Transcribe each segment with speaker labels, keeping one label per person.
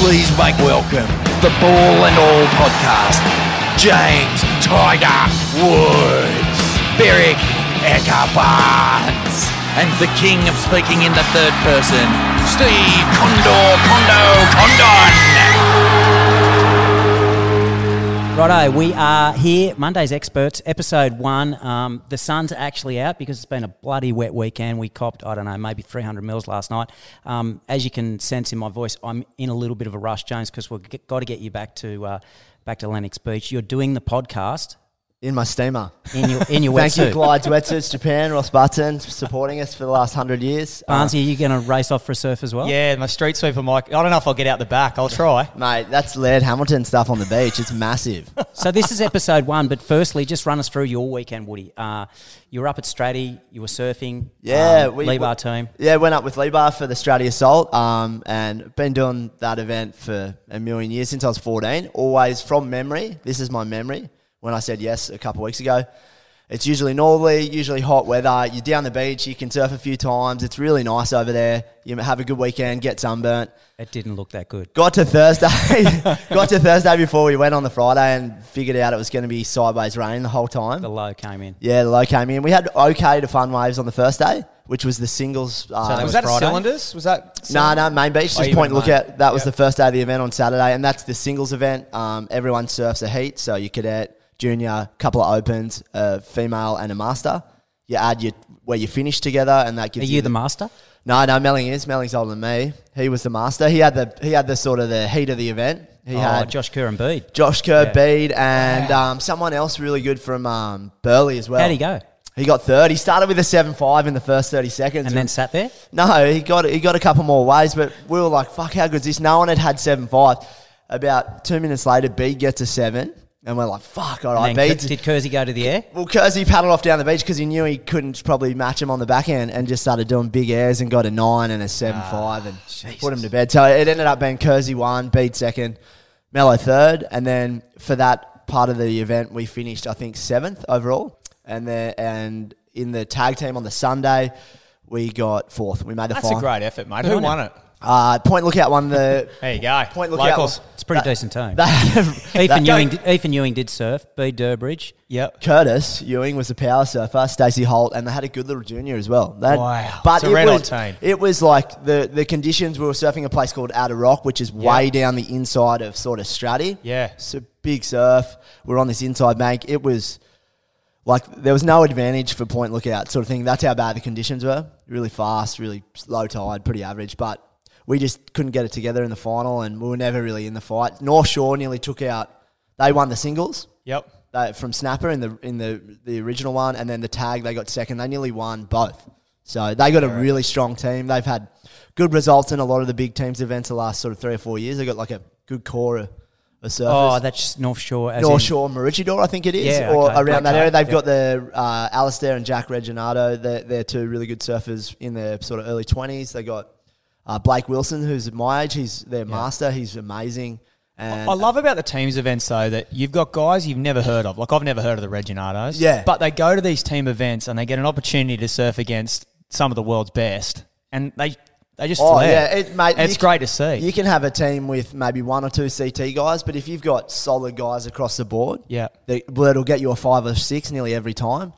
Speaker 1: please make welcome the Ball and All podcast, James Tiger Woods, Beric Eckerbarns, and the king of speaking in the third person, Steve Condor Condo Condon.
Speaker 2: Righto, we are here, Monday's Experts, episode one. Um, the sun's actually out because it's been a bloody wet weekend. We copped, I don't know, maybe 300 mils last night. Um, as you can sense in my voice, I'm in a little bit of a rush, James, because we've got to get you back to uh, back to Lennox Beach. You're doing the podcast
Speaker 3: in my steamer.
Speaker 2: in your in your
Speaker 3: Thank you,
Speaker 2: wetsuit.
Speaker 3: Glides Wetsuits Japan, Ross Button, supporting us for the last hundred years. Uh,
Speaker 2: Barnes, are you going to race off for a surf as well?
Speaker 4: Yeah, my street sweeper mic. I don't know if I'll get out the back. I'll try.
Speaker 3: mate, that's Laird Hamilton stuff on the beach. It's massive.
Speaker 2: So this is episode one, but firstly, just run us through your weekend, Woody. Uh, you were up at Stratty, you were surfing.
Speaker 3: Yeah,
Speaker 2: um, Lee Bar team.
Speaker 3: Yeah, went up with Lee Bar for the Strati Assault, um, and been doing that event for a million years since I was fourteen. Always from memory. This is my memory when I said yes a couple of weeks ago. It's usually northerly, usually hot weather. You're down the beach, you can surf a few times. It's really nice over there. You have a good weekend, get sunburnt.
Speaker 2: It didn't look that good.
Speaker 3: Got to Thursday. got to Thursday before we went on the Friday and figured out it was going to be sideways rain the whole time.
Speaker 2: The low came in.
Speaker 3: yeah, the low came in. We had okay to fun waves on the first day, which was the singles. Uh,
Speaker 4: was
Speaker 2: was
Speaker 4: that
Speaker 2: Friday?
Speaker 4: cylinders? Was that?
Speaker 3: no, no, main beach.
Speaker 4: Oh,
Speaker 3: Just
Speaker 4: you
Speaker 3: point
Speaker 4: went
Speaker 3: and look
Speaker 4: main.
Speaker 3: at that was
Speaker 4: Yep.
Speaker 3: the first day of the event on Saturday, and that's the singles event. Um, everyone surfs a heat, so you cadet, junior, couple of opens, a female, and a master. You add your where you finish together, and that
Speaker 2: Are
Speaker 3: gives
Speaker 2: you the
Speaker 3: the
Speaker 2: master?
Speaker 3: no, no, Melling is. Melling's older than me. He was the master. He had the he had the sort of the heat of the event. He
Speaker 2: oh,
Speaker 3: had
Speaker 2: Josh Kerr and Bede.
Speaker 3: Josh Kerr,
Speaker 2: Yeah.
Speaker 3: Bede, and um, someone else really good from um, Burley as well.
Speaker 2: How'd he go?
Speaker 3: He got third. He started with a seven-five in the first thirty seconds,
Speaker 2: And then sat there.
Speaker 3: no, he got he got a couple more ways, but we were like, "Fuck, how good's this?" No one had had seven-five. About two minutes later, B gets a seven, and we're like, "Fuck, all right,
Speaker 2: And then
Speaker 3: Bede's
Speaker 2: K- did Kersey go to the air?
Speaker 3: well, Kersey paddled off down the beach because he knew he couldn't probably match him on the back end and just started doing big airs and got a nine and a seven
Speaker 4: Ah,
Speaker 3: five and put him to bed. So it ended up being Kersey one, Bede second, Mello third. And then for that part of the event, we finished, I think, seventh overall. And, the, and in the tag team on the Sunday, we got fourth. We made the
Speaker 4: That's a
Speaker 3: final.
Speaker 4: great effort, mate. Who won it?
Speaker 3: Uh, point Lookout won the.
Speaker 4: There you go.
Speaker 3: Point Lookout.
Speaker 4: Locals.
Speaker 2: It's a pretty decent team.
Speaker 3: That,
Speaker 2: Ethan, Ewing, did, Ethan Ewing did surf. Bede Durbridge.
Speaker 4: Yep.
Speaker 3: Curtis Ewing was the power surfer, Stacey Holt, and they had a good little junior as well. They had-
Speaker 4: Wow.
Speaker 3: but
Speaker 4: It's a
Speaker 3: it
Speaker 4: red hot
Speaker 3: was
Speaker 4: team.
Speaker 3: it was like the the conditions. We were surfing a place called Outer Rock, which is way down the inside of sort of Stratty.
Speaker 4: Yeah.
Speaker 3: it's a big surf. We're on this inside bank. It was like there was no advantage for point lookout sort of thing. That's how bad the conditions were. Really fast, really low tide, pretty average, but. We just couldn't get it together in the final, and we were never really in the fight. North Shore nearly took out; they won the singles,
Speaker 4: Yep.
Speaker 3: uh, from Snapper in the in the the original one, and then the tag they got second. They nearly won both, so they got a really strong team. They've had good results in a lot of the big teams events the last sort of three or four years. They got like a good core of, of
Speaker 2: Oh,
Speaker 3: surfers.
Speaker 2: that's just North Shore. As
Speaker 3: North
Speaker 2: in-
Speaker 3: Shore, Maroochydore, I think it is,
Speaker 2: Yeah,
Speaker 3: or
Speaker 2: okay.
Speaker 3: around that
Speaker 2: Okay,
Speaker 3: area. They've
Speaker 2: yeah.
Speaker 3: got the uh, Alistair and Jack Reginado. They're, they're two really good surfers in their sort of early twenties. They got uh, Blake Wilson, who's my age. He's their master. He's amazing. And
Speaker 4: I love about the teams events though that you've got guys you've never heard of. Like I've never heard of the Reginados.
Speaker 3: Yeah.
Speaker 4: But they go to these team events and they get an opportunity to surf against some of the world's best, and they they just
Speaker 3: Oh
Speaker 4: flare.
Speaker 3: yeah, it, mate.
Speaker 4: It's
Speaker 3: you c-
Speaker 4: great to see.
Speaker 3: You can have a team with maybe one or two CT guys, but if you've got solid guys across the board,
Speaker 4: Yeah.
Speaker 3: they, well, it'll get you a five or six nearly every time.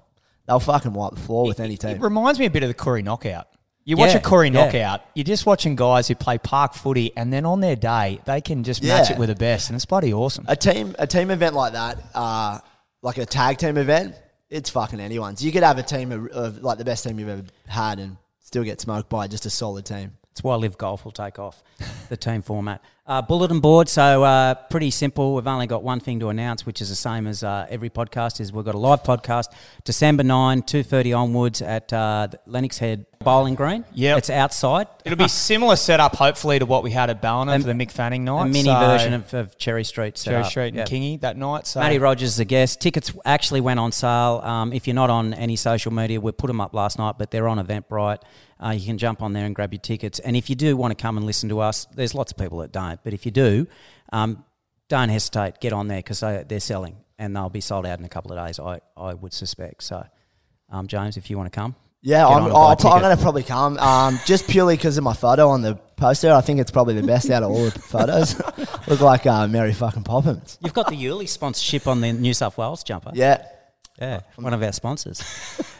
Speaker 3: They'll fucking wipe the floor with any team.
Speaker 4: It reminds me a bit of the Corey knockout. You watch
Speaker 2: Yeah,
Speaker 4: a Corey
Speaker 2: yeah.
Speaker 4: knockout, you're just watching guys who play park footy, and then on their day, they can just match
Speaker 3: Yeah.
Speaker 4: it with the best, and it's bloody awesome.
Speaker 3: a team, a team event like that, uh, like a tag team event, it's fucking anyone's. You could have a team of, of like the best team you've ever had and still get smoked by just a solid team.
Speaker 2: It's why Live Golf will take off the team format. Uh, bulletin board, so uh, pretty simple. We've only got one thing to announce, which is the same as uh, every podcast. Is we've got a live podcast December nine, two thirty onwards at uh, the Lennox Head Bowling Green.
Speaker 4: Yep.
Speaker 2: it's outside.
Speaker 4: It'll be similar setup, hopefully, to what we had at Ballina for the Mick Fanning night.
Speaker 2: a mini
Speaker 4: so-
Speaker 2: version of, of Cherry Street. set
Speaker 4: Cherry
Speaker 2: up.
Speaker 4: Street and
Speaker 2: Yep.
Speaker 4: Kingy that night. So
Speaker 2: Matty Rogers is a guest. Tickets actually went on sale. Um, if you're not on any social media, we put them up last night, but they're on Eventbrite. Uh, you can jump on there and grab your tickets. And if you do want to come and listen to us, there's lots of people that don't, but if you do, um, don't hesitate. Get on there because they, they're selling and they'll be sold out in a couple of days, I, I would suspect. So, um, James, if you want to come,
Speaker 3: Yeah,
Speaker 2: Get
Speaker 3: I'm, oh,
Speaker 2: on and buy
Speaker 3: I'll,
Speaker 2: a
Speaker 3: pro- I'm
Speaker 2: ticket.
Speaker 3: going to probably come um, just purely because of my photo on the poster. I think it's probably the best out of all the photos. Look like uh, Mary fucking Poppins.
Speaker 2: You've got the Yuli sponsorship on the New South Wales jumper.
Speaker 3: Yeah.
Speaker 2: Yeah, one of our sponsors.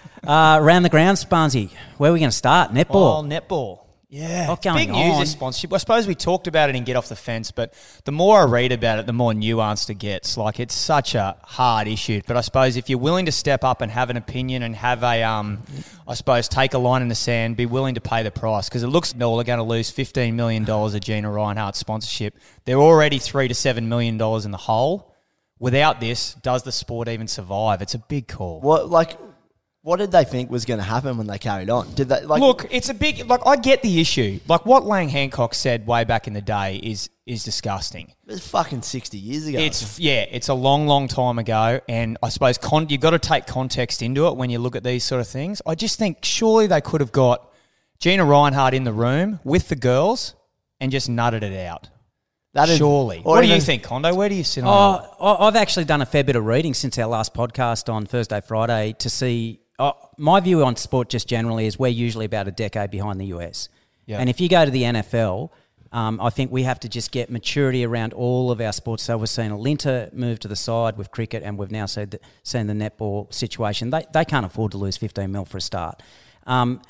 Speaker 2: uh, round the ground, Sparnsy. Where are we going to start?
Speaker 4: Well,
Speaker 2: Netball.
Speaker 4: netball. Yeah,
Speaker 2: Lot going
Speaker 4: big news
Speaker 2: on.
Speaker 4: this sponsorship. I suppose we talked about it and get off the fence, but the more I read about it, the more nuanced it gets. Like it's such a hard issue, but I suppose if you're willing to step up and have an opinion and have a, um, I suppose take a line in the sand, be willing to pay the price because it looks like Noel are going to lose fifteen million dollars of Gina Reinhardt sponsorship. They're already three to seven million dollars in the hole. Without this, does the sport even survive? It's a big call.
Speaker 3: What like? What did they think was going to happen when they carried on? Did they like?
Speaker 4: Look, it's a big like I get the issue. Like what Lang Hancock said way back in the day is is disgusting.
Speaker 3: it was fucking sixty years ago.
Speaker 4: It's yeah, it's a long, long time ago, and I suppose con- you've got to take context into it when you look at these sort of things. I just think surely they could have got Gina Reinhardt in the room with the girls and just nutted it out.
Speaker 3: that is-
Speaker 4: surely.
Speaker 3: or
Speaker 4: What do you
Speaker 3: even-
Speaker 4: think, Condo? Where do you sit on?
Speaker 2: Oh, I- I've actually done a fair bit of reading since our last podcast on Thursday, Friday to see. Uh, my view on sport just generally is we're usually about a decade behind the US.
Speaker 4: Yeah.
Speaker 2: And if you go to the NFL, um, I think we have to just get maturity around all of our sports. So we've seen Alinta move to the side with cricket, and we've now seen the, seen the netball situation. They, they can't afford to lose 15 mil for a start. Um,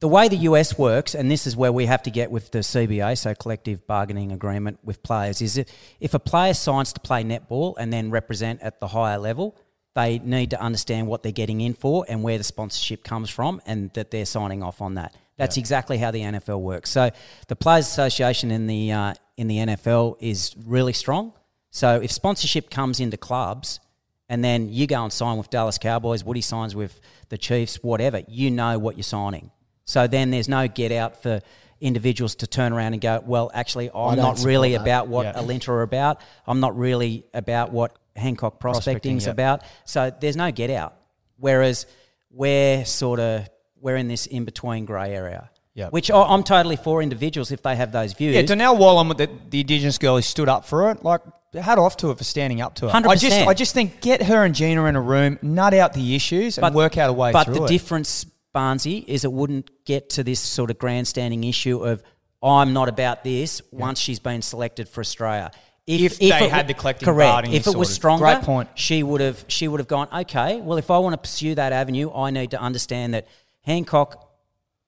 Speaker 2: the way the US works, and this is where we have to get with the CBA, so collective bargaining agreement with players, is if, if a player signs to play netball and then represent at the higher level, they need to understand what they're getting in for and where the sponsorship comes from and that they're signing off on that. That's exactly how the NFL works. So the Players Association in the, uh, in the NFL is really strong. So if sponsorship comes into clubs, and then you go and sign with Dallas Cowboys, Woody signs with the Chiefs, whatever, you know what you're signing. So then there's no get out for individuals to turn around and go, well, actually, I'm
Speaker 3: don't
Speaker 2: not really about what
Speaker 4: Yeah.
Speaker 2: Alinta are about. I'm not really about what Hancock Prospecting's
Speaker 4: Prospecting, yeah.
Speaker 2: about. So there's no get out. Whereas we're sort of, we're in this in-between grey area.
Speaker 4: Yeah.
Speaker 2: Which I- I'm totally for individuals if they have those views.
Speaker 4: Yeah, Donnell Wallen, the, the Indigenous girl, who stood up for it. Like, hat off to her for standing up to it. I just,
Speaker 2: 100%.
Speaker 4: I just think get her and Gina in a room, nut out the issues, and work out a way
Speaker 2: But
Speaker 4: through
Speaker 2: the
Speaker 4: it.
Speaker 2: difference, Barnsey, is it wouldn't get to this sort of grandstanding issue of I'm not about this once she's been selected for Australia.
Speaker 4: If they
Speaker 2: it
Speaker 4: had
Speaker 2: wa-
Speaker 4: the collective
Speaker 2: correct,
Speaker 4: bargaining
Speaker 2: if it was
Speaker 4: sorted.
Speaker 2: stronger,
Speaker 4: Great point.
Speaker 2: she would have she would have gone. Okay, well, if I want to pursue that avenue, I need to understand that Hancock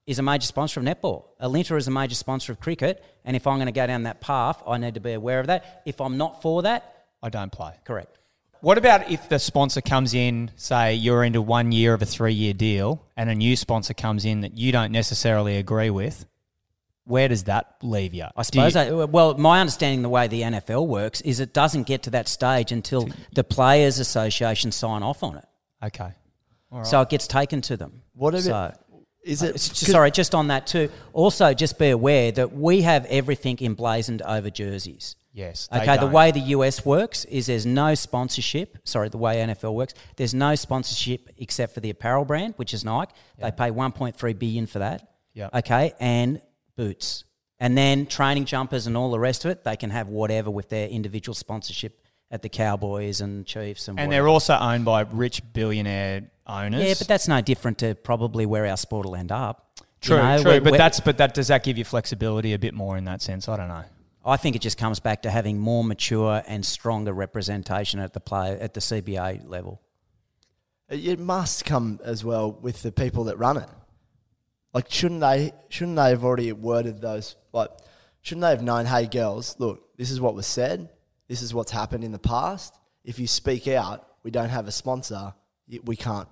Speaker 2: is a major sponsor of netball. Alinta is a major sponsor of cricket, and if I'm going to go down that path, I need to be aware of that. If I'm not for that,
Speaker 4: I don't play.
Speaker 2: correct.
Speaker 4: What about if the sponsor comes in, say you're into one year of a three year deal, and a new sponsor comes in that you don't necessarily agree with? Where does that leave you?
Speaker 2: I suppose. I, well, my understanding the way the NFL works is it doesn't get to that stage until the Players Association sign off on it.
Speaker 4: okay.
Speaker 2: So it gets taken to them.
Speaker 3: What if it-
Speaker 2: so,
Speaker 3: Is it?
Speaker 2: it's just- sorry, just on that too. Also, just be aware that we have everything emblazoned over jerseys.
Speaker 4: Yes. they
Speaker 2: Okay, the
Speaker 4: don't.
Speaker 2: way the US works is there's no sponsorship. Sorry, the way NFL works, there's no sponsorship except for the apparel brand, which is Nike. They pay 1.3 billion for that.
Speaker 4: Yeah.
Speaker 2: Okay, and boots, and then training jumpers and all the rest of it. They can have whatever with their individual sponsorship at the Cowboys and Chiefs and.
Speaker 4: and
Speaker 2: whatever.
Speaker 4: they're also owned by rich billionaire owners.
Speaker 2: yeah, but that's no different to probably where our sport will end up. You
Speaker 4: true,
Speaker 2: know,
Speaker 4: true.
Speaker 2: we-
Speaker 4: but
Speaker 2: we-
Speaker 4: that's but that does that give you flexibility a bit more in that sense? I don't know.
Speaker 2: I think it just comes back to having more mature and stronger representation at the play at the CBA level.
Speaker 3: It must come as well with the people that run it. Like, shouldn't they? Shouldn't they have already worded those? Like, shouldn't they have known? Hey, girls, look, this is what was said. This is what's happened in the past. If you speak out, we don't have a sponsor. y- We can't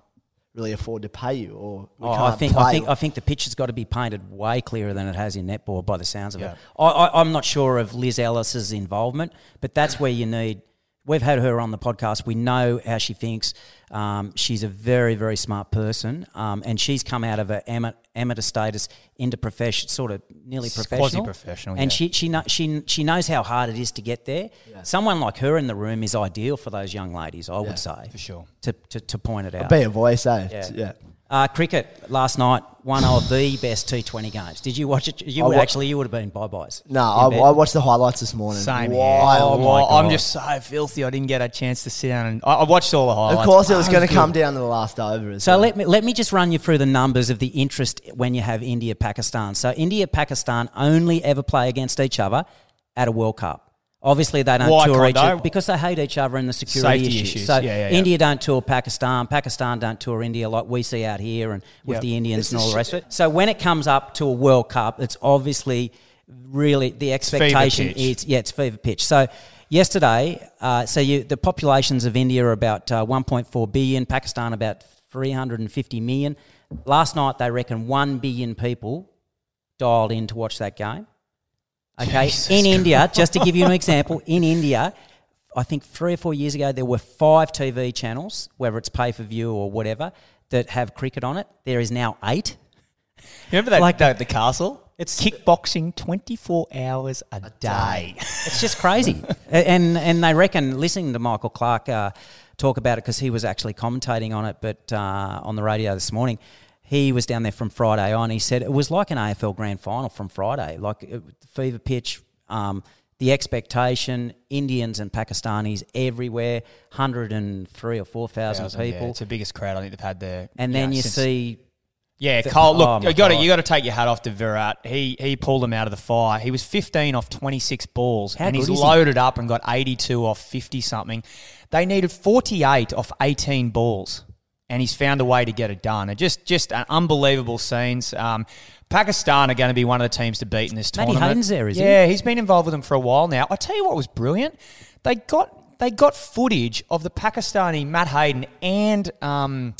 Speaker 3: really afford to pay you, or we
Speaker 2: Oh,
Speaker 3: can't
Speaker 2: I think
Speaker 3: play.
Speaker 2: I think I think the picture's got to be painted way clearer than it has in netball by the sounds of
Speaker 4: Yeah.
Speaker 2: it. I, I, I'm not sure of Liz Ellis's involvement, but that's where you need. We've had her on the podcast. We know how she thinks. Um, she's a very very smart person, um, and she's come out of a ama- amateur status into profession, sort of nearly professional,
Speaker 4: quasi-professional,
Speaker 2: and
Speaker 4: yeah.
Speaker 2: she she, know, she she knows how hard it is to get there. Someone like her in the room is ideal for those young ladies, I would say,
Speaker 4: for sure.
Speaker 2: to, to, to point it out.
Speaker 3: be a voice, eh? Yeah.
Speaker 2: Uh, cricket last night, one of the best T20 games. Did you watch it? You
Speaker 3: I
Speaker 2: would
Speaker 3: wa-
Speaker 2: actually, you would have been bye byes.
Speaker 3: No, I, I watched the highlights this morning. Wild.
Speaker 4: Same here.
Speaker 2: Oh, my
Speaker 4: Well, I'm
Speaker 2: God.
Speaker 4: just so filthy. I didn't get a chance to sit down and I, I watched all the highlights.
Speaker 3: Of course, it was
Speaker 4: Oh,
Speaker 3: going to
Speaker 4: good.
Speaker 3: come down to the last over. as
Speaker 2: So
Speaker 3: well.
Speaker 2: let me let me just run you through the numbers of the interest when you have India Pakistan. So India Pakistan only ever play against each other at a World Cup. Obviously, they don't
Speaker 4: Why
Speaker 2: tour
Speaker 4: can't
Speaker 2: each other
Speaker 4: they?
Speaker 2: because they hate each other and the security
Speaker 4: Safety
Speaker 2: issues.
Speaker 4: issues.
Speaker 2: So
Speaker 4: Yeah, yeah, yeah.
Speaker 2: India don't tour Pakistan, Pakistan don't tour India like we see out here and with
Speaker 4: Yep.
Speaker 2: the Indians
Speaker 3: This
Speaker 2: and
Speaker 3: is
Speaker 2: all the
Speaker 3: shit.
Speaker 2: rest of it. So when it comes up to a World Cup, it's obviously really the expectation
Speaker 4: pitch.
Speaker 2: is it's yeah, it's fever pitch. So yesterday, uh, so you, the populations of India are about uh, 1.4 billion, Pakistan about 350 million. Last night they reckon 1 billion people dialed in to watch that game. Okay,
Speaker 4: Jesus
Speaker 2: in India, just to give you an example, in India, I think three or four years ago there were five TV channels, whether it's pay for view or whatever, that have cricket on it. There is now eight.
Speaker 4: You remember that,
Speaker 2: Like-
Speaker 4: like that, the castle?
Speaker 2: It's-
Speaker 4: It's kickboxing 24 hours a, day.
Speaker 2: It's just crazy. A- and and they reckon listening to Michael Clark uh, talk about it because he was actually commentating on it, but uh, on the radio this morning. He was down there from Friday on. He said it was like an AFL grand final from Friday, like it, fever pitch, um, the expectation, Indians and Pakistanis everywhere, 103 or 4,000
Speaker 4: Thousand, yeah.
Speaker 2: people.
Speaker 4: it's the biggest crowd I think they've had there.
Speaker 2: and then
Speaker 4: know,
Speaker 2: you
Speaker 4: since-
Speaker 2: see
Speaker 4: Yeah, Cole. Look,
Speaker 2: oh my
Speaker 4: you got to
Speaker 2: God.
Speaker 4: you got to take your hat off to Virat. He he pulled him out of the fire. He was 15 off 26 balls,
Speaker 2: How
Speaker 4: and he's
Speaker 2: good is he?
Speaker 4: loaded up and got 82 off 50 something. They needed 48 off 18 balls, and he's found a way to get it done. And just just an unbelievable scenes. Um, Pakistan are going to be one of the teams to beat in this
Speaker 2: Matty
Speaker 4: tournament.
Speaker 2: Hayden's there, is he?
Speaker 4: yeah, he's been involved with them for a while now. I tell you what was brilliant. They got they got footage of the Pakistani Matt Hayden and. Um,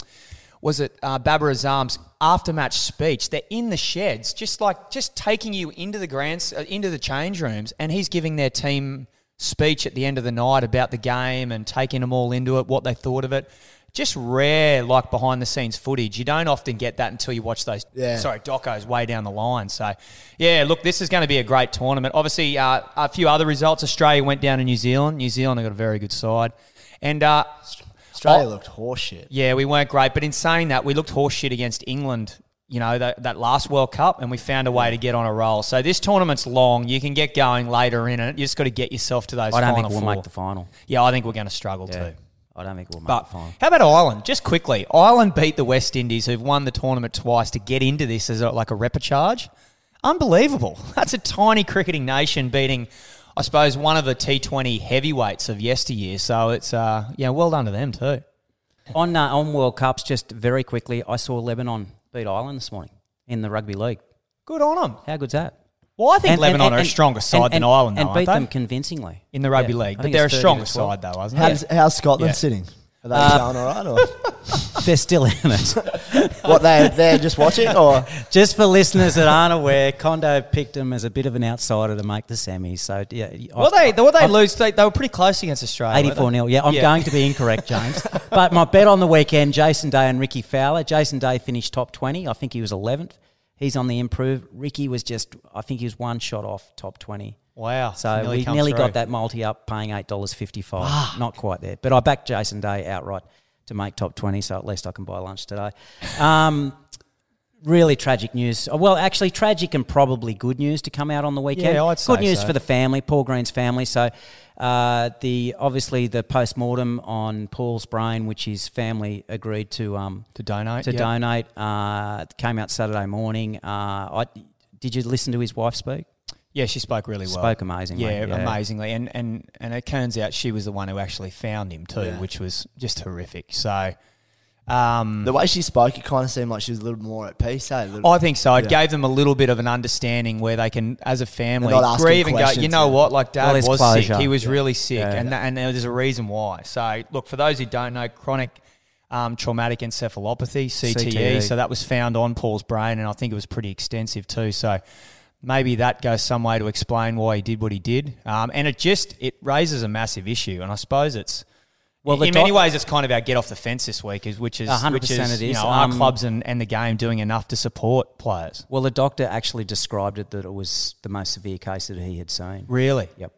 Speaker 4: was it uh, Babar Azam's after-match speech? They're in the sheds, just like just taking you into the grants, uh, into the change rooms, and he's giving their team speech at the end of the night about the game and taking them all into it, what they thought of it. Just rare, like behind-the-scenes footage. You don't often get that until you watch those.
Speaker 3: Yeah.
Speaker 4: Sorry, docos way down the line. So, yeah, look, this is going to be a great tournament. Obviously, uh, a few other results. Australia went down to New Zealand. New Zealand have got a very good side, and uh,
Speaker 3: Australia
Speaker 4: Oh.
Speaker 3: looked horseshit.
Speaker 4: yeah, we weren't great. But in saying that, we looked horseshit against England, you know, that, that last World Cup, and we found a way to get on a roll. So this tournament's long. You can get going later in it. You just got to get yourself to those
Speaker 2: I don't
Speaker 4: final
Speaker 2: think we'll
Speaker 4: four.
Speaker 2: make the final.
Speaker 4: yeah, I think we're going to struggle too.
Speaker 2: I don't think we'll make
Speaker 4: But
Speaker 2: the final.
Speaker 4: how about Ireland? Just quickly, Ireland beat the West Indies, who've won the tournament twice, to get into this as a, like a repercharge. Unbelievable! That's a tiny cricketing nation beating, I suppose, one of the T20 heavyweights of yesteryear. So it's uh, yeah, well done to them too.
Speaker 2: On uh, on World Cups, just very quickly, I saw Lebanon beat Ireland this morning in the rugby league.
Speaker 4: Good on them.
Speaker 2: How good's that?
Speaker 4: Well, I think Lebanon are a stronger side
Speaker 2: and-
Speaker 4: than
Speaker 2: and-
Speaker 4: Ireland, though,
Speaker 2: and beat
Speaker 4: aren't
Speaker 2: them
Speaker 4: they?
Speaker 2: convincingly
Speaker 4: In the rugby
Speaker 2: Yeah, I
Speaker 4: league, but
Speaker 2: think
Speaker 4: they're a
Speaker 2: it's 30 to
Speaker 4: stronger
Speaker 2: 12.
Speaker 4: side, though, isn't
Speaker 3: How's,
Speaker 4: it?
Speaker 3: how's Scotland
Speaker 4: Yeah.
Speaker 3: sitting? Are they going all right, or
Speaker 2: They're still in it.
Speaker 3: what? They they're just watching, or
Speaker 2: Just for listeners that aren't aware, Kondo picked them as a bit of an outsider to make the semis. So yeah,
Speaker 4: Well, they, well, they lose. They, they were pretty close against Australia. weren't they?
Speaker 2: 84 0. Yeah, I'm
Speaker 4: Yeah.
Speaker 2: going to be incorrect, James. but my bet on the weekend Jason Day and Ricky Fowler. Jason Day finished top 20. I think he was 11th. He's on the improve. Ricky was just, I think he was one shot off top 20.
Speaker 4: Wow.
Speaker 2: So
Speaker 4: nearly
Speaker 2: we
Speaker 4: come
Speaker 2: nearly
Speaker 4: through.
Speaker 2: got that multi up paying $8.55. Not quite there. But I backed Jason Day outright to make top 20, so at least I can buy lunch today. Um, really tragic news. Oh, Well, actually, tragic and probably good news to come out on the weekend.
Speaker 4: Yeah, I'd say
Speaker 2: good news
Speaker 4: so.
Speaker 2: for the family, Paul Green's family. So, uh, the obviously the post mortem on Paul's brain, which his family agreed to um,
Speaker 4: To donate,
Speaker 2: to
Speaker 4: yeah.
Speaker 2: donate, uh, came out Saturday morning. Uh, I did you listen to his wife speak?
Speaker 4: Yeah, she spoke really well.
Speaker 2: Spoke amazingly,
Speaker 4: Yeah,
Speaker 2: yeah.
Speaker 4: amazingly. And, and and it turns out she was the one who actually found him too, which was just horrific. So, um,
Speaker 3: the way she spoke, it kind of seemed like she was a little more at peace. Hey, a little-
Speaker 4: I think so. It
Speaker 3: Yeah.
Speaker 4: gave them a little bit of an understanding where they can, as a family,
Speaker 3: They're not asking
Speaker 4: grieve and go. You
Speaker 3: questions,
Speaker 4: know
Speaker 3: yeah.
Speaker 4: what? Like dad
Speaker 2: Well, there's
Speaker 4: was
Speaker 2: closure.
Speaker 4: sick. He was really sick, and tha- and there's a reason why. So look, for those who don't know, chronic. Um, traumatic encephalopathy CTE,
Speaker 2: CTE.
Speaker 4: so that was found on Paul's brain, and I think it was pretty extensive too. So maybe that goes some way to explain why he did what he did, um, and it just it raises a massive issue. And I suppose it's
Speaker 2: Well,
Speaker 4: well,
Speaker 2: the
Speaker 4: in many
Speaker 2: doc-
Speaker 4: ways, it's kind of our get off the fence this week, is which is
Speaker 2: A hundred
Speaker 4: which is,
Speaker 2: percent it
Speaker 4: you
Speaker 2: is.
Speaker 4: know, our
Speaker 2: Um,
Speaker 4: clubs and, and the game doing enough to support players.
Speaker 2: Well, the doctor actually described it that it was the most severe case that he had seen.
Speaker 4: Really?
Speaker 2: Yep,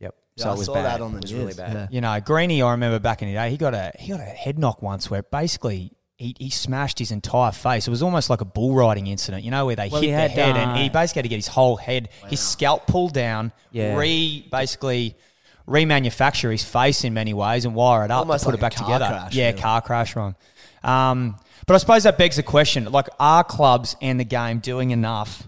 Speaker 2: yep.
Speaker 3: Yeah,
Speaker 2: so
Speaker 3: I
Speaker 2: it was
Speaker 3: saw
Speaker 2: bad.
Speaker 3: that on the
Speaker 2: it was
Speaker 3: news.
Speaker 2: really bad.
Speaker 3: Yeah.
Speaker 4: You know, Greeny, I remember back in the day, he got a he got a head knock once where basically he, he smashed his entire face. It was almost like a bull riding incident, you know, where they
Speaker 2: Well,
Speaker 4: hit
Speaker 2: he
Speaker 4: their
Speaker 2: had,
Speaker 4: head
Speaker 2: uh,
Speaker 4: and he basically had to get his whole head, his scalp pulled down,
Speaker 2: Yeah.
Speaker 4: re basically remanufacture his face in many ways and wire it up,
Speaker 3: Almost
Speaker 4: to
Speaker 3: like
Speaker 4: put it back
Speaker 3: a car
Speaker 4: together.
Speaker 3: crash,
Speaker 4: yeah,
Speaker 3: really.
Speaker 4: car crash wrong. Um, but I suppose that begs the question: like, are clubs and the game doing enough?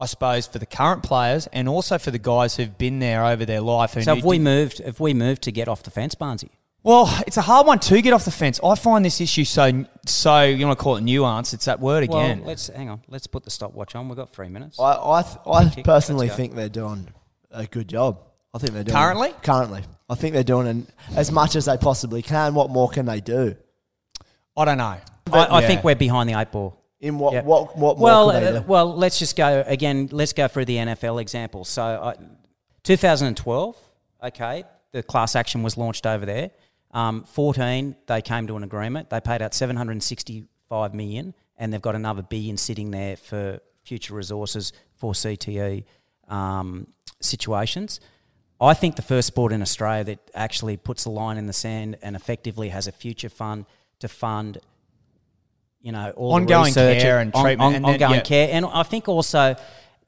Speaker 4: I suppose for the current players and also for the guys who've been there over their life. Who
Speaker 2: So
Speaker 4: knew-
Speaker 2: have we moved? Have we moved to get off the fence, Barnsley?
Speaker 4: well, it's a hard one to get off the fence. I find this issue so so you want to call it nuance. It's that word again.
Speaker 2: Well, let's hang on. Let's put the stopwatch on. We've got three minutes.
Speaker 3: I I, th- I
Speaker 2: Kick,
Speaker 3: personally
Speaker 2: let's go.
Speaker 3: think they're doing a good job. I think they're doing
Speaker 4: Currently?
Speaker 3: Currently, I think they're doing an, as much as they possibly can. What more can they do?
Speaker 4: I don't know.
Speaker 2: I, I
Speaker 4: Yeah.
Speaker 2: think we're behind the eight ball.
Speaker 3: In what
Speaker 2: Yeah.
Speaker 3: what what more
Speaker 2: well,
Speaker 3: can they
Speaker 2: uh,
Speaker 3: do?
Speaker 2: well, let's just go again. Let's go through the NFL example. So, I, 2012, okay, the class action was launched over there. Um, 14, they came to an agreement. They paid out 765 million, and they've got another billion sitting there for future resources for CTE um, situations. I think the first sport in Australia that actually puts a line in the sand and effectively has a future fund to fund you know, all the
Speaker 4: Ongoing
Speaker 2: research
Speaker 4: care and treatment and then-
Speaker 2: ongoing
Speaker 4: yeah.
Speaker 2: care, and I think also,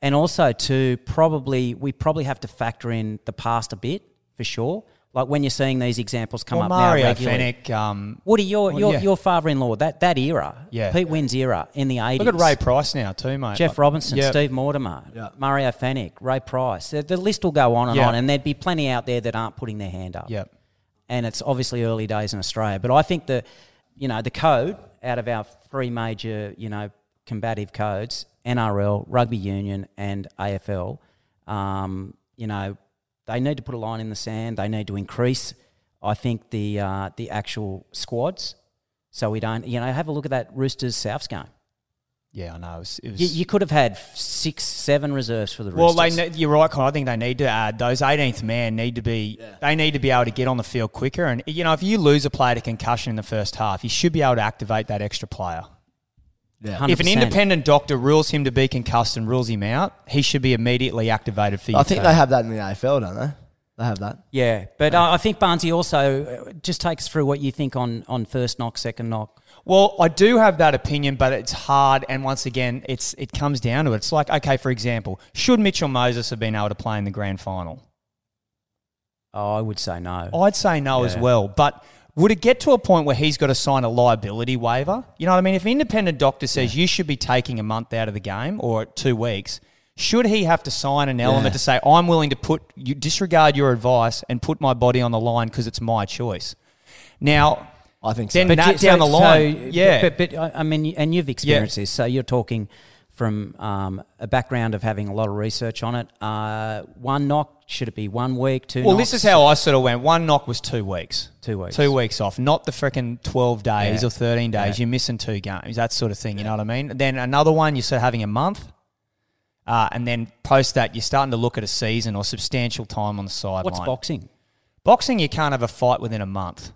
Speaker 2: and also too, probably we probably have to factor in the past a bit for sure. Like when you're seeing these examples come
Speaker 4: Well,
Speaker 2: up now
Speaker 4: Mario
Speaker 2: regularly.
Speaker 4: Fennick. Um,
Speaker 2: Woody, your
Speaker 4: Well,
Speaker 2: your,
Speaker 4: yeah.
Speaker 2: your father-in-law that that era,
Speaker 4: Yeah.
Speaker 2: Pete Wynn's era in the eighties.
Speaker 4: look at Ray Price now too, mate.
Speaker 2: Jeff
Speaker 4: Like,
Speaker 2: Robinson,
Speaker 4: yeah.
Speaker 2: Steve Mortimer,
Speaker 3: Yeah.
Speaker 2: Mario Fennick, Ray Price. The, the list will go on and
Speaker 4: Yeah.
Speaker 2: on, and there'd be plenty out there that aren't putting their hand up
Speaker 4: Yep.
Speaker 2: and it's obviously early days in Australia. But I think the, you know, the code out of our three major, you know, combative codes, NRL, rugby union, and AFL, um, you know, they need to put a line in the sand. They need to increase, I think, the uh, the actual squads, so we don't, you know, have a look at that Roosters Souths game.
Speaker 4: Yeah, I know. It was, it was,
Speaker 2: You, you could have had six, seven reserves for the
Speaker 4: well,
Speaker 2: Roosters.
Speaker 4: they ne- you're right, Con. I think they need to add those 18th man need to be. They need to be able to get on the field quicker. And you know, if you lose a player to concussion in the first half, you should be able to activate that extra player.
Speaker 3: Yeah.
Speaker 4: If an
Speaker 2: 100%.
Speaker 4: independent doctor rules him to be concussed and rules him out, he should be immediately activated for you.
Speaker 3: I think
Speaker 4: too.
Speaker 3: they have that in the AFL, don't they? They have that.
Speaker 2: yeah, but uh, I I think Barnsley also uh, just takes through what you think on on first knock, second knock.
Speaker 4: Well, I do have that opinion, but it's hard. And once again, it's it comes down to it. It's like, okay, for example, should Mitchell Moses have been able to play in the grand final?
Speaker 2: Oh, I would say no.
Speaker 4: I'd say no as well. But would it get to a point where he's got to sign a liability waiver? You know what I mean? If an independent doctor says you should be taking a month out of the game or two weeks, should he have to sign an element to say I'm willing to put you disregard your advice and put my body on the line because it's my choice? Now,
Speaker 3: I think so.
Speaker 4: then
Speaker 2: But
Speaker 4: that
Speaker 2: do-
Speaker 4: down
Speaker 2: so-
Speaker 4: the line,
Speaker 2: so-
Speaker 4: yeah.
Speaker 2: But, but, I I mean, you- and you've experienced this, so you're talking from um, a background of having a lot of research on it. Uh, one knock should it be one week, two?
Speaker 4: Well,
Speaker 2: knocks?
Speaker 4: this is how I sort of went. One knock was two weeks.
Speaker 2: Two weeks.
Speaker 4: Two weeks off. Not the freaking 12 days
Speaker 2: Yeah.
Speaker 4: or 13 days. You're missing two games, that sort of thing. You know what I mean? Then another one, you're sort of having a month. Uh, and then post that, you're starting to look at a season or substantial time on the sideline.
Speaker 2: What's boxing?
Speaker 4: Boxing, you can't have a fight within a month.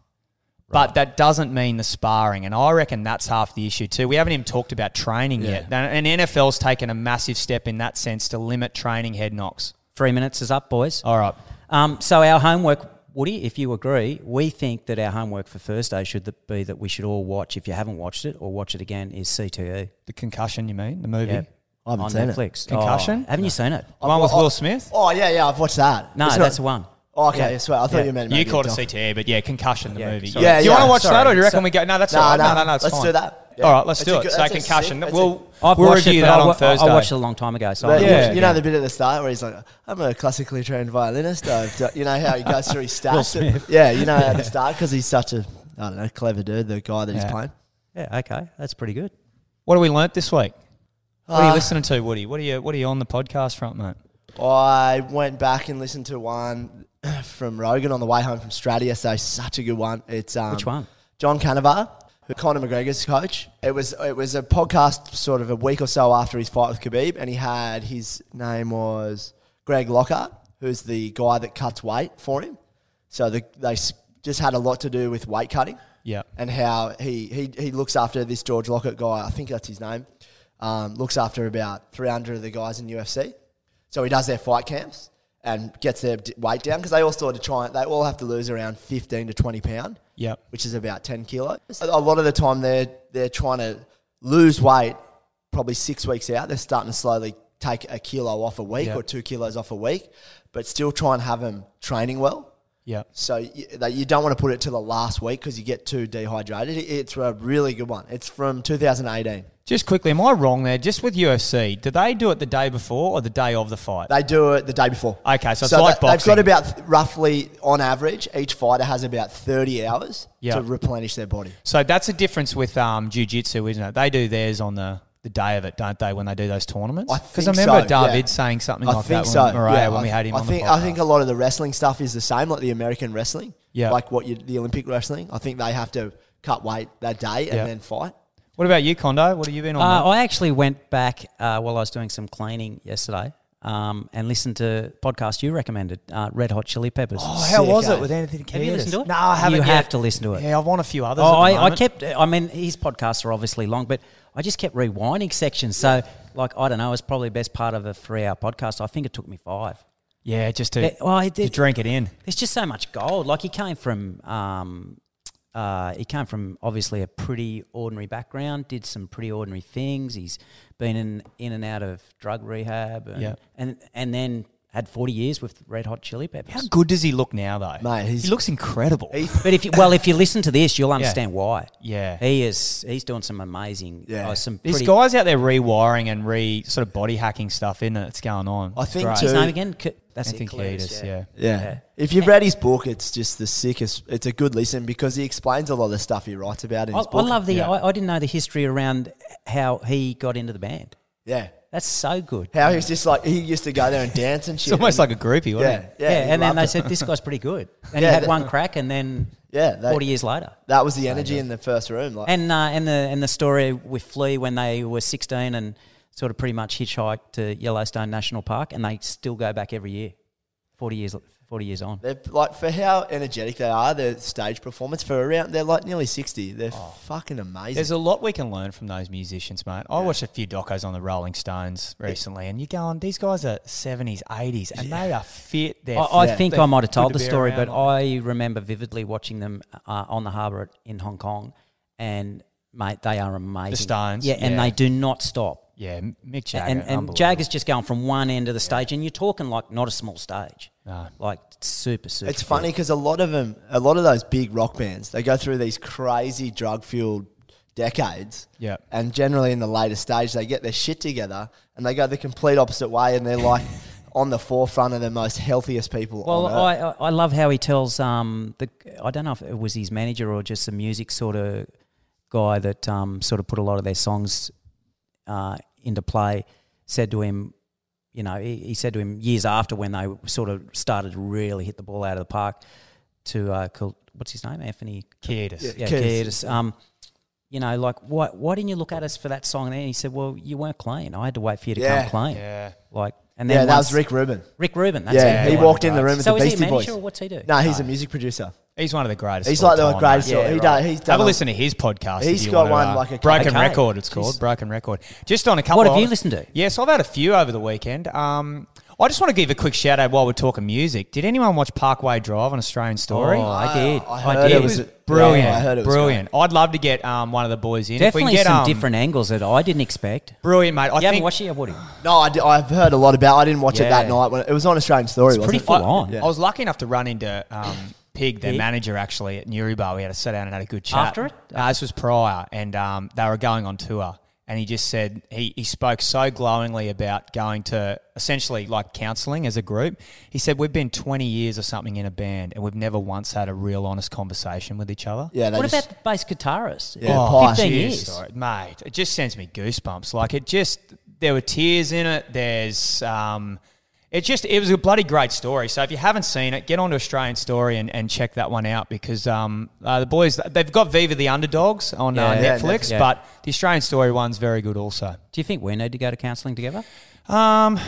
Speaker 4: But that doesn't mean the sparring. And I reckon that's half the issue, too. We haven't even talked about training yet. And and NFL's taken a massive step in that sense to limit training head knocks.
Speaker 2: Three minutes is up, boys.
Speaker 4: All right.
Speaker 2: Um, so our homework, Woody, if you agree, we think that our homework for Thursday should th- be that we should all watch. If you haven't watched it or watch it again, is CTE
Speaker 4: The concussion, you mean? The movie?
Speaker 2: yeah.
Speaker 3: I haven't
Speaker 2: on
Speaker 3: seen it.
Speaker 2: Netflix.
Speaker 4: Concussion?
Speaker 2: Oh, haven't you seen it?
Speaker 4: The one with Will Smith?
Speaker 3: Oh yeah, yeah. I've watched that.
Speaker 2: No,
Speaker 3: It's not-
Speaker 2: that's the one.
Speaker 3: Oh, okay,
Speaker 2: Yeah.
Speaker 3: I swear. I thought
Speaker 2: Yeah.
Speaker 3: you meant
Speaker 4: You
Speaker 3: maybe
Speaker 4: called
Speaker 3: a
Speaker 4: it
Speaker 3: doc-
Speaker 4: CTE, but yeah, concussion, the
Speaker 2: Yeah,
Speaker 4: movie.
Speaker 2: sorry.
Speaker 3: Yeah,
Speaker 4: Do you want
Speaker 3: yeah,
Speaker 4: to watch
Speaker 3: sorry.
Speaker 4: that, or do you reckon
Speaker 3: So-
Speaker 4: we go? No, that's
Speaker 3: Nah,
Speaker 4: all right.
Speaker 3: nah,
Speaker 4: no, no, no, it's
Speaker 3: let's
Speaker 4: fine.
Speaker 3: do that. Yeah.
Speaker 4: All right, let's
Speaker 3: It's
Speaker 4: do
Speaker 3: a
Speaker 4: it.
Speaker 3: good-
Speaker 4: so
Speaker 3: that's a
Speaker 4: concussion.
Speaker 3: sick- that's
Speaker 4: we'll
Speaker 2: I've
Speaker 4: we'll
Speaker 2: watched it,
Speaker 4: review
Speaker 2: but
Speaker 4: that
Speaker 2: I,
Speaker 4: on
Speaker 2: wa- I-
Speaker 4: Thursday.
Speaker 2: I watched it a long time ago, so
Speaker 3: But
Speaker 2: I'm
Speaker 3: you-
Speaker 4: Yeah.
Speaker 3: you know the bit at the start where he's like, "I'm a classically trained violinist." I've do-" you know how he goes through his stats. and- yeah, you know at the start because he's such a I don't know clever dude, the guy that
Speaker 4: Yeah.
Speaker 3: he's playing.
Speaker 2: Yeah, okay. That's pretty good.
Speaker 4: What have we learnt this week? What are you
Speaker 3: Uh,
Speaker 4: listening to, Woody? What are you What are you on the podcast front, mate?
Speaker 3: I went back and listened to one from Rogan on the way home from Strata yesterday. Such a good one. It's um,
Speaker 2: Which one?
Speaker 3: John Canavar, who Conor McGregor's coach. It was it was a podcast sort of a week or so after his fight with Khabib, and he had his name was Greg Lockhart, who's the guy that cuts weight for him. So the, they s- just had a lot to do with weight cutting
Speaker 4: Yeah.
Speaker 3: and how he, he, he looks after this George Lockett guy, I think that's his name, um, looks after about 300 of the guys in UFC. So he does their fight camps and gets their d- weight down because they all sort of try, they all have to lose around 15 to 20 pound
Speaker 4: Yep.
Speaker 3: which is about 10 kilos. A a lot of the time they're, they're trying to lose weight probably six weeks out. They're starting to slowly take a kilo off a week
Speaker 4: Yeah.
Speaker 3: or two kilos off a week, but still try and have them training well.
Speaker 4: Yep.
Speaker 3: So you, that you don't want to put it to the last week because you get too dehydrated. It- It's a really good one. It's from 2018.
Speaker 4: Just quickly, am I wrong there? Just with UFC, do they do it the day before or the day of the fight?
Speaker 3: They do it the day before.
Speaker 4: Okay, so it's like
Speaker 3: they- They've
Speaker 4: boxing.
Speaker 3: got about th- roughly, on average, each fighter has about 30 hours
Speaker 4: Yeah.
Speaker 3: to replenish their body.
Speaker 4: so that's a difference with um, jiu-jitsu, isn't it? They do theirs on the, the day of it, don't they, when they do those tournaments?
Speaker 3: I
Speaker 4: Because I
Speaker 3: think
Speaker 4: remember
Speaker 3: so,
Speaker 4: David
Speaker 3: yeah.
Speaker 4: saying something
Speaker 3: I
Speaker 4: like
Speaker 3: think
Speaker 4: that
Speaker 3: so.
Speaker 4: when, Mariah,
Speaker 3: yeah,
Speaker 4: when
Speaker 3: I-
Speaker 4: we had him
Speaker 3: I
Speaker 4: on
Speaker 3: think
Speaker 4: the podcast.
Speaker 3: I think a lot of the wrestling stuff is the same, like the American wrestling.
Speaker 4: Yeah.
Speaker 3: like what you, the Olympic wrestling. I think they have to cut weight that day and
Speaker 4: Yeah.
Speaker 3: then fight.
Speaker 4: what about you, Kondo? What have you been on? mate?
Speaker 2: Uh, I actually went back uh, while I was doing some cleaning yesterday um, and listened to podcast you recommended, uh, Red Hot Chili Peppers.
Speaker 4: Oh, how was
Speaker 3: Sick,
Speaker 4: it
Speaker 3: eh?
Speaker 4: with Anthony Kiedis?
Speaker 2: Have you listened to it?
Speaker 4: No, I haven't.
Speaker 2: You
Speaker 4: yet.
Speaker 2: have to listen to it.
Speaker 4: Yeah, I've on a few others.
Speaker 2: Oh,
Speaker 4: at the
Speaker 2: I, I
Speaker 4: moment.
Speaker 2: kept. I mean, his podcasts are obviously long, but I just kept rewinding sections. So, like, I don't know, it's probably the best part of a three-hour podcast. I think it took me five.
Speaker 4: Yeah, just to,
Speaker 2: Yeah, well, I
Speaker 4: to
Speaker 2: did-
Speaker 4: drink it in.
Speaker 2: There's just so much gold. Like, he came from. Um, uh, he came from obviously a pretty ordinary background, did some pretty ordinary things. He's been in in and out of drug rehab, and
Speaker 4: Yeah.
Speaker 2: and, and then had 40 years with Red Hot Chili
Speaker 4: How
Speaker 2: Peppers.
Speaker 4: good does he look now, though?
Speaker 3: Mate, he's-
Speaker 4: he looks incredible.
Speaker 2: But if you, well, if you listen to this, you'll understand why.
Speaker 4: Yeah.
Speaker 2: he is. He's doing some amazing.
Speaker 3: Yeah.
Speaker 2: uh, some
Speaker 4: These
Speaker 2: pretty,
Speaker 4: guys out there rewiring and re sort of body hacking stuff, isn't it? That's going on.
Speaker 3: I think
Speaker 4: Great.
Speaker 3: too.
Speaker 2: His name again? K- That's
Speaker 4: Anthony
Speaker 2: it. Cletus,
Speaker 4: Kiedis, yeah.
Speaker 3: Yeah. If you've read his book, it's just the sickest. It's a good listen because he explains a lot of the stuff he writes about in
Speaker 2: I,
Speaker 3: his
Speaker 2: I
Speaker 3: book.
Speaker 2: love the.
Speaker 4: Yeah.
Speaker 2: I, I didn't know the history around how he got into the band.
Speaker 3: yeah.
Speaker 2: That's so good.
Speaker 3: How he's just like he used to go there and dance and shit.
Speaker 4: It's almost
Speaker 3: and-
Speaker 4: like a groupie, wasn't
Speaker 3: yeah,
Speaker 4: it?
Speaker 3: yeah, he
Speaker 2: and then
Speaker 3: loved
Speaker 2: they
Speaker 3: it.
Speaker 2: said this guy's pretty good, and
Speaker 3: Yeah,
Speaker 2: he had
Speaker 3: that-
Speaker 2: one crack, and then
Speaker 3: yeah, they-
Speaker 2: forty years later.
Speaker 3: that was the energy in the first room. Like,
Speaker 2: And uh, and the and the story with Flea when they were sixteen and sort of pretty much hitchhiked to Yellowstone National Park, and they still go back every year, forty years forty years on.
Speaker 3: They're like for how energetic they are, their stage performance for around they're like nearly sixty. They're
Speaker 2: Oh.
Speaker 3: fucking amazing.
Speaker 4: There's a lot we can learn from those musicians, mate. I watched a few docos on the Rolling Stones recently, and you're going, these guys are 70s, 80s, and they are fit. They're
Speaker 2: I, I
Speaker 3: Yeah.
Speaker 2: think
Speaker 4: they're
Speaker 2: I might have
Speaker 4: good
Speaker 2: told
Speaker 4: to
Speaker 2: the
Speaker 4: be
Speaker 2: story,
Speaker 4: around,
Speaker 2: but I remember vividly watching them uh, on the harbour at- in Hong Kong, and mate, they are amazing.
Speaker 4: Stones,
Speaker 2: yeah, and
Speaker 4: yeah.
Speaker 2: they do not stop.
Speaker 4: yeah, Mick Jagger.
Speaker 2: And, and
Speaker 4: unbelievable.
Speaker 2: Jagger's just going from one end of the stage, and you're talking like not a small stage,
Speaker 4: No.
Speaker 2: like super super.
Speaker 3: It's
Speaker 2: big.
Speaker 3: funny because a lot of them, a lot of those big rock bands, they go through these crazy drug fueled decades.
Speaker 4: Yeah.
Speaker 3: And generally in the later stage, they get their shit together and they go the complete opposite way and they're like on the forefront of the most healthiest people.
Speaker 2: Well,
Speaker 3: on earth.
Speaker 2: I, I I love how he tells um the I don't know if it was his manager or just a music sort of guy that um sort of put a lot of their songs uh, into play. Said to him, you know, he, he said to him years after when they sort of started to really hit the ball out of the park to uh, Kul- what's his name, Anthony
Speaker 4: Kiedis.
Speaker 2: yeah,
Speaker 3: Curtis.
Speaker 2: Curtis, Um, you know, like why why didn't you look at us for that song? And then he said, well, you weren't clean. I had to wait for you to come
Speaker 3: Yeah.
Speaker 2: clean.
Speaker 4: Yeah.
Speaker 2: Like, and then
Speaker 3: yeah, that was
Speaker 2: once-
Speaker 3: Rick Rubin.
Speaker 2: Rick Rubin. That's
Speaker 3: Yeah,
Speaker 2: it.
Speaker 3: he
Speaker 4: yeah.
Speaker 3: walked in the room with
Speaker 2: So
Speaker 3: the
Speaker 2: is he
Speaker 3: Beastie
Speaker 2: a manager
Speaker 3: Boys.
Speaker 2: or what's he do?
Speaker 3: No, he's a music producer.
Speaker 4: He's one of the greatest.
Speaker 3: He's
Speaker 4: of all
Speaker 3: like the
Speaker 4: time,
Speaker 3: greatest
Speaker 4: mate.
Speaker 3: of all- he done- he's done
Speaker 4: Have a
Speaker 3: all-
Speaker 4: listen to his podcast.
Speaker 3: He's
Speaker 4: if you
Speaker 3: got
Speaker 4: want
Speaker 3: one,
Speaker 4: to, uh,
Speaker 3: like, a-
Speaker 4: broken
Speaker 2: Okay.
Speaker 4: record. It's called broken record. Just on a couple.
Speaker 2: What have
Speaker 4: of
Speaker 2: you listened to?
Speaker 4: Yes, I've had a few over the weekend. Um, I just want to give a quick shout out while we're talking music. Did anyone watch Parkway Drive on Australian Story?
Speaker 2: Oh, I did.
Speaker 3: I
Speaker 2: I
Speaker 3: heard
Speaker 2: did.
Speaker 3: it
Speaker 4: It
Speaker 3: was
Speaker 4: was brilliant.
Speaker 3: yeah, I heard it was
Speaker 4: brilliant. I'd love to get um, one of the boys in. If we
Speaker 2: Definitely
Speaker 4: can get,
Speaker 2: some
Speaker 4: um,
Speaker 2: different angles that I didn't expect.
Speaker 4: Brilliant, mate. I
Speaker 2: you haven't
Speaker 4: think
Speaker 2: watched it yet, Woody?
Speaker 3: great. No, I d- I've heard a lot about. I didn't watch it that
Speaker 4: Yeah.
Speaker 3: night. When it was on Australian Story.
Speaker 2: It's pretty
Speaker 3: wasn't it?
Speaker 2: full
Speaker 4: I,
Speaker 2: on.
Speaker 4: I was lucky enough to run into um, Pig, their
Speaker 2: Pig?
Speaker 4: manager, actually at Newrybar. We had to sit down and had a good chat.
Speaker 2: After it?
Speaker 4: Uh, this was prior, and um, they were going on tour. And he just said he, he spoke so glowingly about going to essentially like counselling as a group. He said we've been twenty years or something in a band, and we've never once had a real honest conversation with each other.
Speaker 3: Yeah, they
Speaker 2: What
Speaker 3: just-
Speaker 2: about the bass guitarist?
Speaker 3: Yeah, Oh, Pye.
Speaker 2: Oh, fifteen
Speaker 4: Jeez,
Speaker 2: years.
Speaker 4: sorry. mate. It just sends me goosebumps. Like it just, there were tears in it. There's, um, it just, it was a bloody great story. So if you haven't seen it, get onto Australian Story and, and check that one out because um, uh, the boys they've got Viva the Underdogs on uh,
Speaker 3: Yeah, yeah,
Speaker 4: Netflix,
Speaker 2: Netflix, yeah.
Speaker 4: but the Australian Story one's very good also.
Speaker 2: Do you think we need to go to counselling together?
Speaker 4: Um,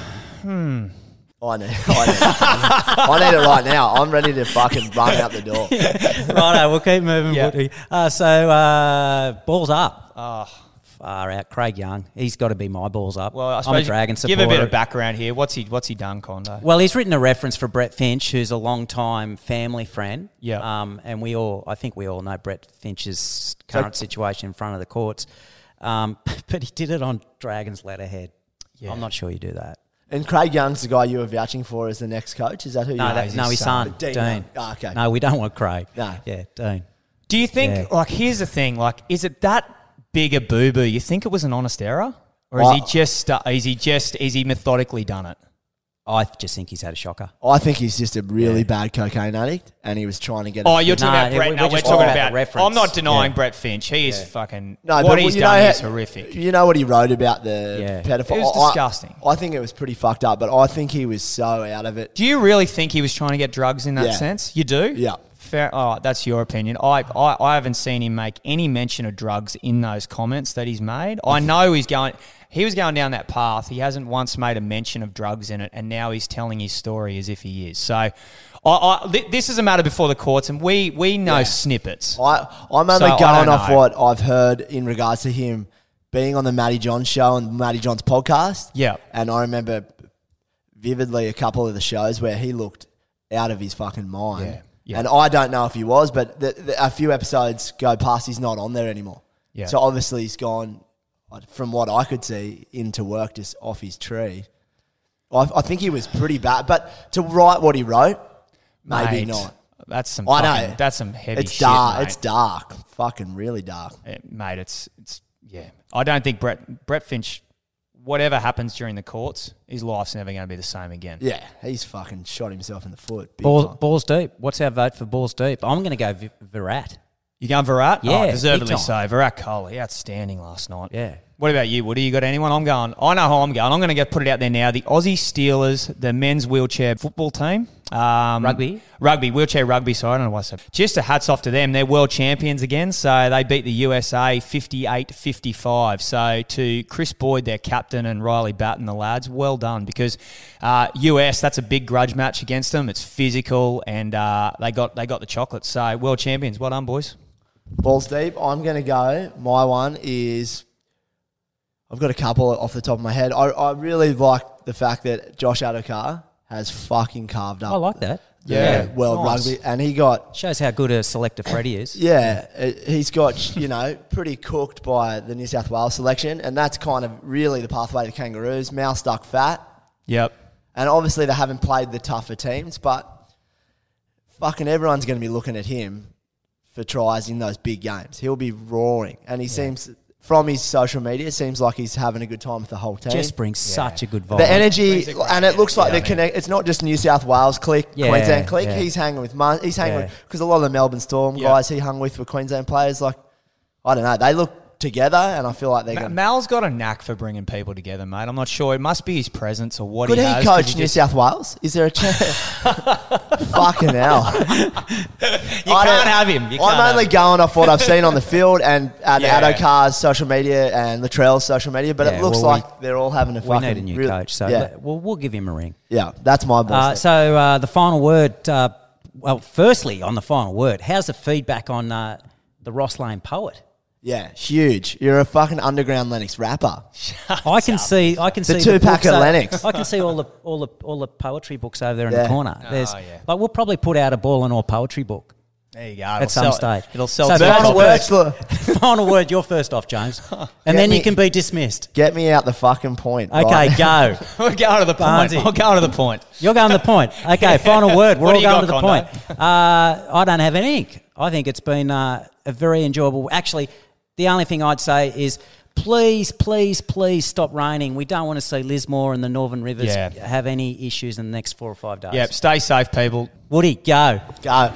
Speaker 3: I need, I, need, I need it right now. I'm ready to fucking run out the door.
Speaker 2: Righto, we'll keep moving.
Speaker 4: Yeah.
Speaker 2: Woody. Uh, so uh, balls up.
Speaker 4: oh,
Speaker 2: far out. Craig Young, he's got to be my balls up.
Speaker 4: Well, I
Speaker 2: I'm a
Speaker 4: suppose
Speaker 2: Dragon
Speaker 4: give
Speaker 2: supporter.
Speaker 4: a bit of background here. What's he What's he done, Condo?
Speaker 2: Well, he's written a reference for Brett Finch, who's a long-time family friend.
Speaker 4: Yeah.
Speaker 2: Um, and we all, I think we all know Brett Finch's current situation in front of the courts. Um, but he did it on Dragon's letterhead.
Speaker 4: Yeah.
Speaker 2: I'm not sure you do that.
Speaker 3: And Craig Young's the guy you were vouching for as the next coach. Is that who?
Speaker 2: No,
Speaker 3: you
Speaker 2: that,
Speaker 4: his
Speaker 2: no, his
Speaker 4: son.
Speaker 2: son,
Speaker 3: Dean.
Speaker 2: Dean.
Speaker 3: Ah, okay.
Speaker 2: No, we don't want Craig.
Speaker 3: No.
Speaker 2: Yeah, Dean.
Speaker 4: Do you think
Speaker 2: Yeah.
Speaker 4: like here's the thing? Like, is it that big a boo boo? You think it was an honest error, or is
Speaker 3: I-
Speaker 4: he just uh, is he just is he methodically done it?
Speaker 2: I just think he's had a shocker.
Speaker 3: I think he's just a really bad cocaine addict, and he was trying to get.
Speaker 4: Oh,
Speaker 3: a-
Speaker 4: you're talking
Speaker 2: No,
Speaker 4: about
Speaker 2: yeah,
Speaker 4: Brett.
Speaker 2: we-
Speaker 4: no,
Speaker 2: we're
Speaker 4: we're,
Speaker 2: just
Speaker 4: talking
Speaker 2: talking
Speaker 4: about.
Speaker 2: about the reference.
Speaker 4: I'm not denying
Speaker 2: Yeah.
Speaker 4: Brett Finch. He is fucking.
Speaker 3: No,
Speaker 4: what
Speaker 3: but
Speaker 4: he's
Speaker 3: you
Speaker 4: done
Speaker 3: know,
Speaker 4: is horrific.
Speaker 3: You know what he wrote about the
Speaker 2: Yeah.
Speaker 3: pedophile?
Speaker 4: It was
Speaker 3: I-
Speaker 4: disgusting.
Speaker 3: I, think it was pretty fucked up, but I think he was so out of it.
Speaker 4: Do you really think he was trying to get drugs in that
Speaker 3: Yeah.
Speaker 4: sense? You do?
Speaker 3: Yeah.
Speaker 4: Fair. All right, that's your opinion. I, I, I haven't seen him make any mention of drugs in those comments that he's made. I
Speaker 3: Mm.
Speaker 4: know he's going. He was going down that path. He hasn't once made a mention of drugs in it, and now he's telling his story as if he is. So, I, I, thi- this is a matter before the courts, and we we know snippets.
Speaker 3: I, I'm only
Speaker 4: So, I
Speaker 3: going
Speaker 4: don't
Speaker 3: off
Speaker 4: know.
Speaker 3: what I've heard in regards to him being on the Matty John show and Matty John's podcast.
Speaker 4: Yeah.
Speaker 3: And I remember vividly a couple of the shows where he looked out of his fucking mind.
Speaker 4: Yeah, yeah.
Speaker 3: And I don't know if he was, but the, the, a few episodes go past, he's not on there anymore.
Speaker 4: Yeah.
Speaker 3: So obviously he's gone, from what I could see, into work just off his tree. I, I think he was pretty bad, but to write what he wrote, maybe
Speaker 4: Mate,
Speaker 3: not.
Speaker 4: That's some.
Speaker 3: I know.
Speaker 4: fucking, That's some heavy.
Speaker 3: It's
Speaker 4: shit,
Speaker 3: dark.
Speaker 4: mate.
Speaker 3: It's dark. Fucking really dark.
Speaker 4: Eh, mate, it's it's yeah. I don't think Brett Brett Finch, whatever happens during the courts, his life's never going to be the same again.
Speaker 3: Yeah, he's fucking shot himself in the foot. big
Speaker 2: Balls,
Speaker 3: time.
Speaker 2: balls deep. What's our vote for balls deep? I'm going to go v- Virat.
Speaker 4: You going Virat?
Speaker 2: Yeah,
Speaker 4: oh,
Speaker 2: big
Speaker 4: deservedly
Speaker 2: time.
Speaker 4: so. Virat Kohli, outstanding last night.
Speaker 2: Yeah.
Speaker 4: What about you, Woody? You got anyone? I'm going. I know how I'm going. I'm going to go put it out there now. The Aussie Steelers, the men's wheelchair football team, um,
Speaker 2: Rugby.
Speaker 4: rugby, wheelchair rugby. Sorry, I don't know why I said. Just a hats off to them. They're world champions again. So they beat the USA 58-55. So to Chris Boyd, their captain, and Riley Batten, the lads, well done because uh, US that's a big grudge match against them. It's physical, and uh, they got they got the chocolate. So world champions. Well done, boys.
Speaker 3: Balls deep. I'm gonna go. My one is. I've got a couple off the top of my head. I, I really like the fact that Josh Adokar has fucking carved up.
Speaker 2: I like that.
Speaker 3: Yeah, world
Speaker 4: Nice.
Speaker 3: rugby, and he got
Speaker 2: Shows how good a selector Freddie is.
Speaker 3: Yeah, uh, he's got, you know, pretty cooked by the New South Wales selection, and that's kind of really the pathway to the Kangaroos. Mouth stuck fat,
Speaker 4: Yep.
Speaker 3: and obviously they haven't played the tougher teams, but fucking everyone's going to be looking at him for tries in those big games. He'll be roaring, and he seems, from his social media, seems like he's having a good time with the whole team.
Speaker 2: Just brings such a good vibe.
Speaker 3: The energy,
Speaker 4: great
Speaker 3: and it looks like
Speaker 4: energy,
Speaker 3: they're connect. It's not just New South Wales clique,
Speaker 2: Yeah,
Speaker 3: Queensland clique.
Speaker 2: yeah.
Speaker 3: He's hanging with Mar- he's hanging
Speaker 2: Yeah.
Speaker 3: because a lot of the Melbourne Storm
Speaker 4: Yeah.
Speaker 3: guys he hung with were Queensland players. Like I don't know, they look together, and I feel like they're
Speaker 4: Ma-
Speaker 3: going. to
Speaker 4: Mal's got a knack for bringing people together, mate. I'm not sure. It must be his presence or what
Speaker 3: Could
Speaker 4: he
Speaker 3: he,
Speaker 4: has. 'cause
Speaker 3: coach New
Speaker 4: just-
Speaker 3: South Wales? Is there a chance? Fucking hell!
Speaker 4: You
Speaker 3: I don't-
Speaker 4: can't have him. You can't
Speaker 3: I'm only
Speaker 4: have him.
Speaker 3: going off what I've seen on the field and at
Speaker 4: Yeah.
Speaker 3: Adokar's social media and Latrell's social media, but
Speaker 2: Yeah,
Speaker 3: it looks
Speaker 2: well, we-
Speaker 3: like they're all having a
Speaker 2: we
Speaker 3: fucking.
Speaker 2: need a new
Speaker 3: real-
Speaker 2: coach, so
Speaker 3: yeah,
Speaker 2: let- we'll, we'll give him a ring.
Speaker 3: yeah, that's my boss.
Speaker 2: Uh, so uh, the final word. Uh, well, firstly, on the final word, how's the feedback on uh, the Ross Lane poet?
Speaker 3: yeah, huge. You're a fucking underground Lennox rapper.
Speaker 2: I can see, I can see
Speaker 3: two-pack
Speaker 2: books o-
Speaker 3: Atlantics.
Speaker 2: I can see all the all the all the poetry books over there in
Speaker 3: Yeah.
Speaker 2: the corner. There's,
Speaker 4: yeah.
Speaker 2: Like we'll probably put out a ball and all poetry book.
Speaker 4: There you go. It'll
Speaker 2: At some
Speaker 4: sell-
Speaker 2: stage.
Speaker 4: It'll sell.
Speaker 2: So
Speaker 4: So
Speaker 2: Final
Speaker 3: Final
Speaker 2: word.
Speaker 3: words. look.
Speaker 2: final word. You're first off, James, and then
Speaker 3: me-
Speaker 2: you can be dismissed.
Speaker 3: Get me out the fucking point.
Speaker 2: Okay,
Speaker 3: right?
Speaker 2: go.
Speaker 4: We're going to the point.
Speaker 2: Barnsley.
Speaker 4: We're going to the point.
Speaker 2: You're going to the point. Okay, final word. We're
Speaker 4: What
Speaker 2: all
Speaker 4: do you
Speaker 2: going to the
Speaker 4: got,
Speaker 2: point. Uh, I don't have any ink. I think it's been uh, a very enjoyable. Actually, the only thing I'd say is please, please, please stop raining. We don't want to see Lismore and the Northern Rivers
Speaker 4: Yeah.
Speaker 2: have any issues in the next four or five days.
Speaker 4: Yep. Stay safe, people.
Speaker 2: Woody, go.
Speaker 3: go.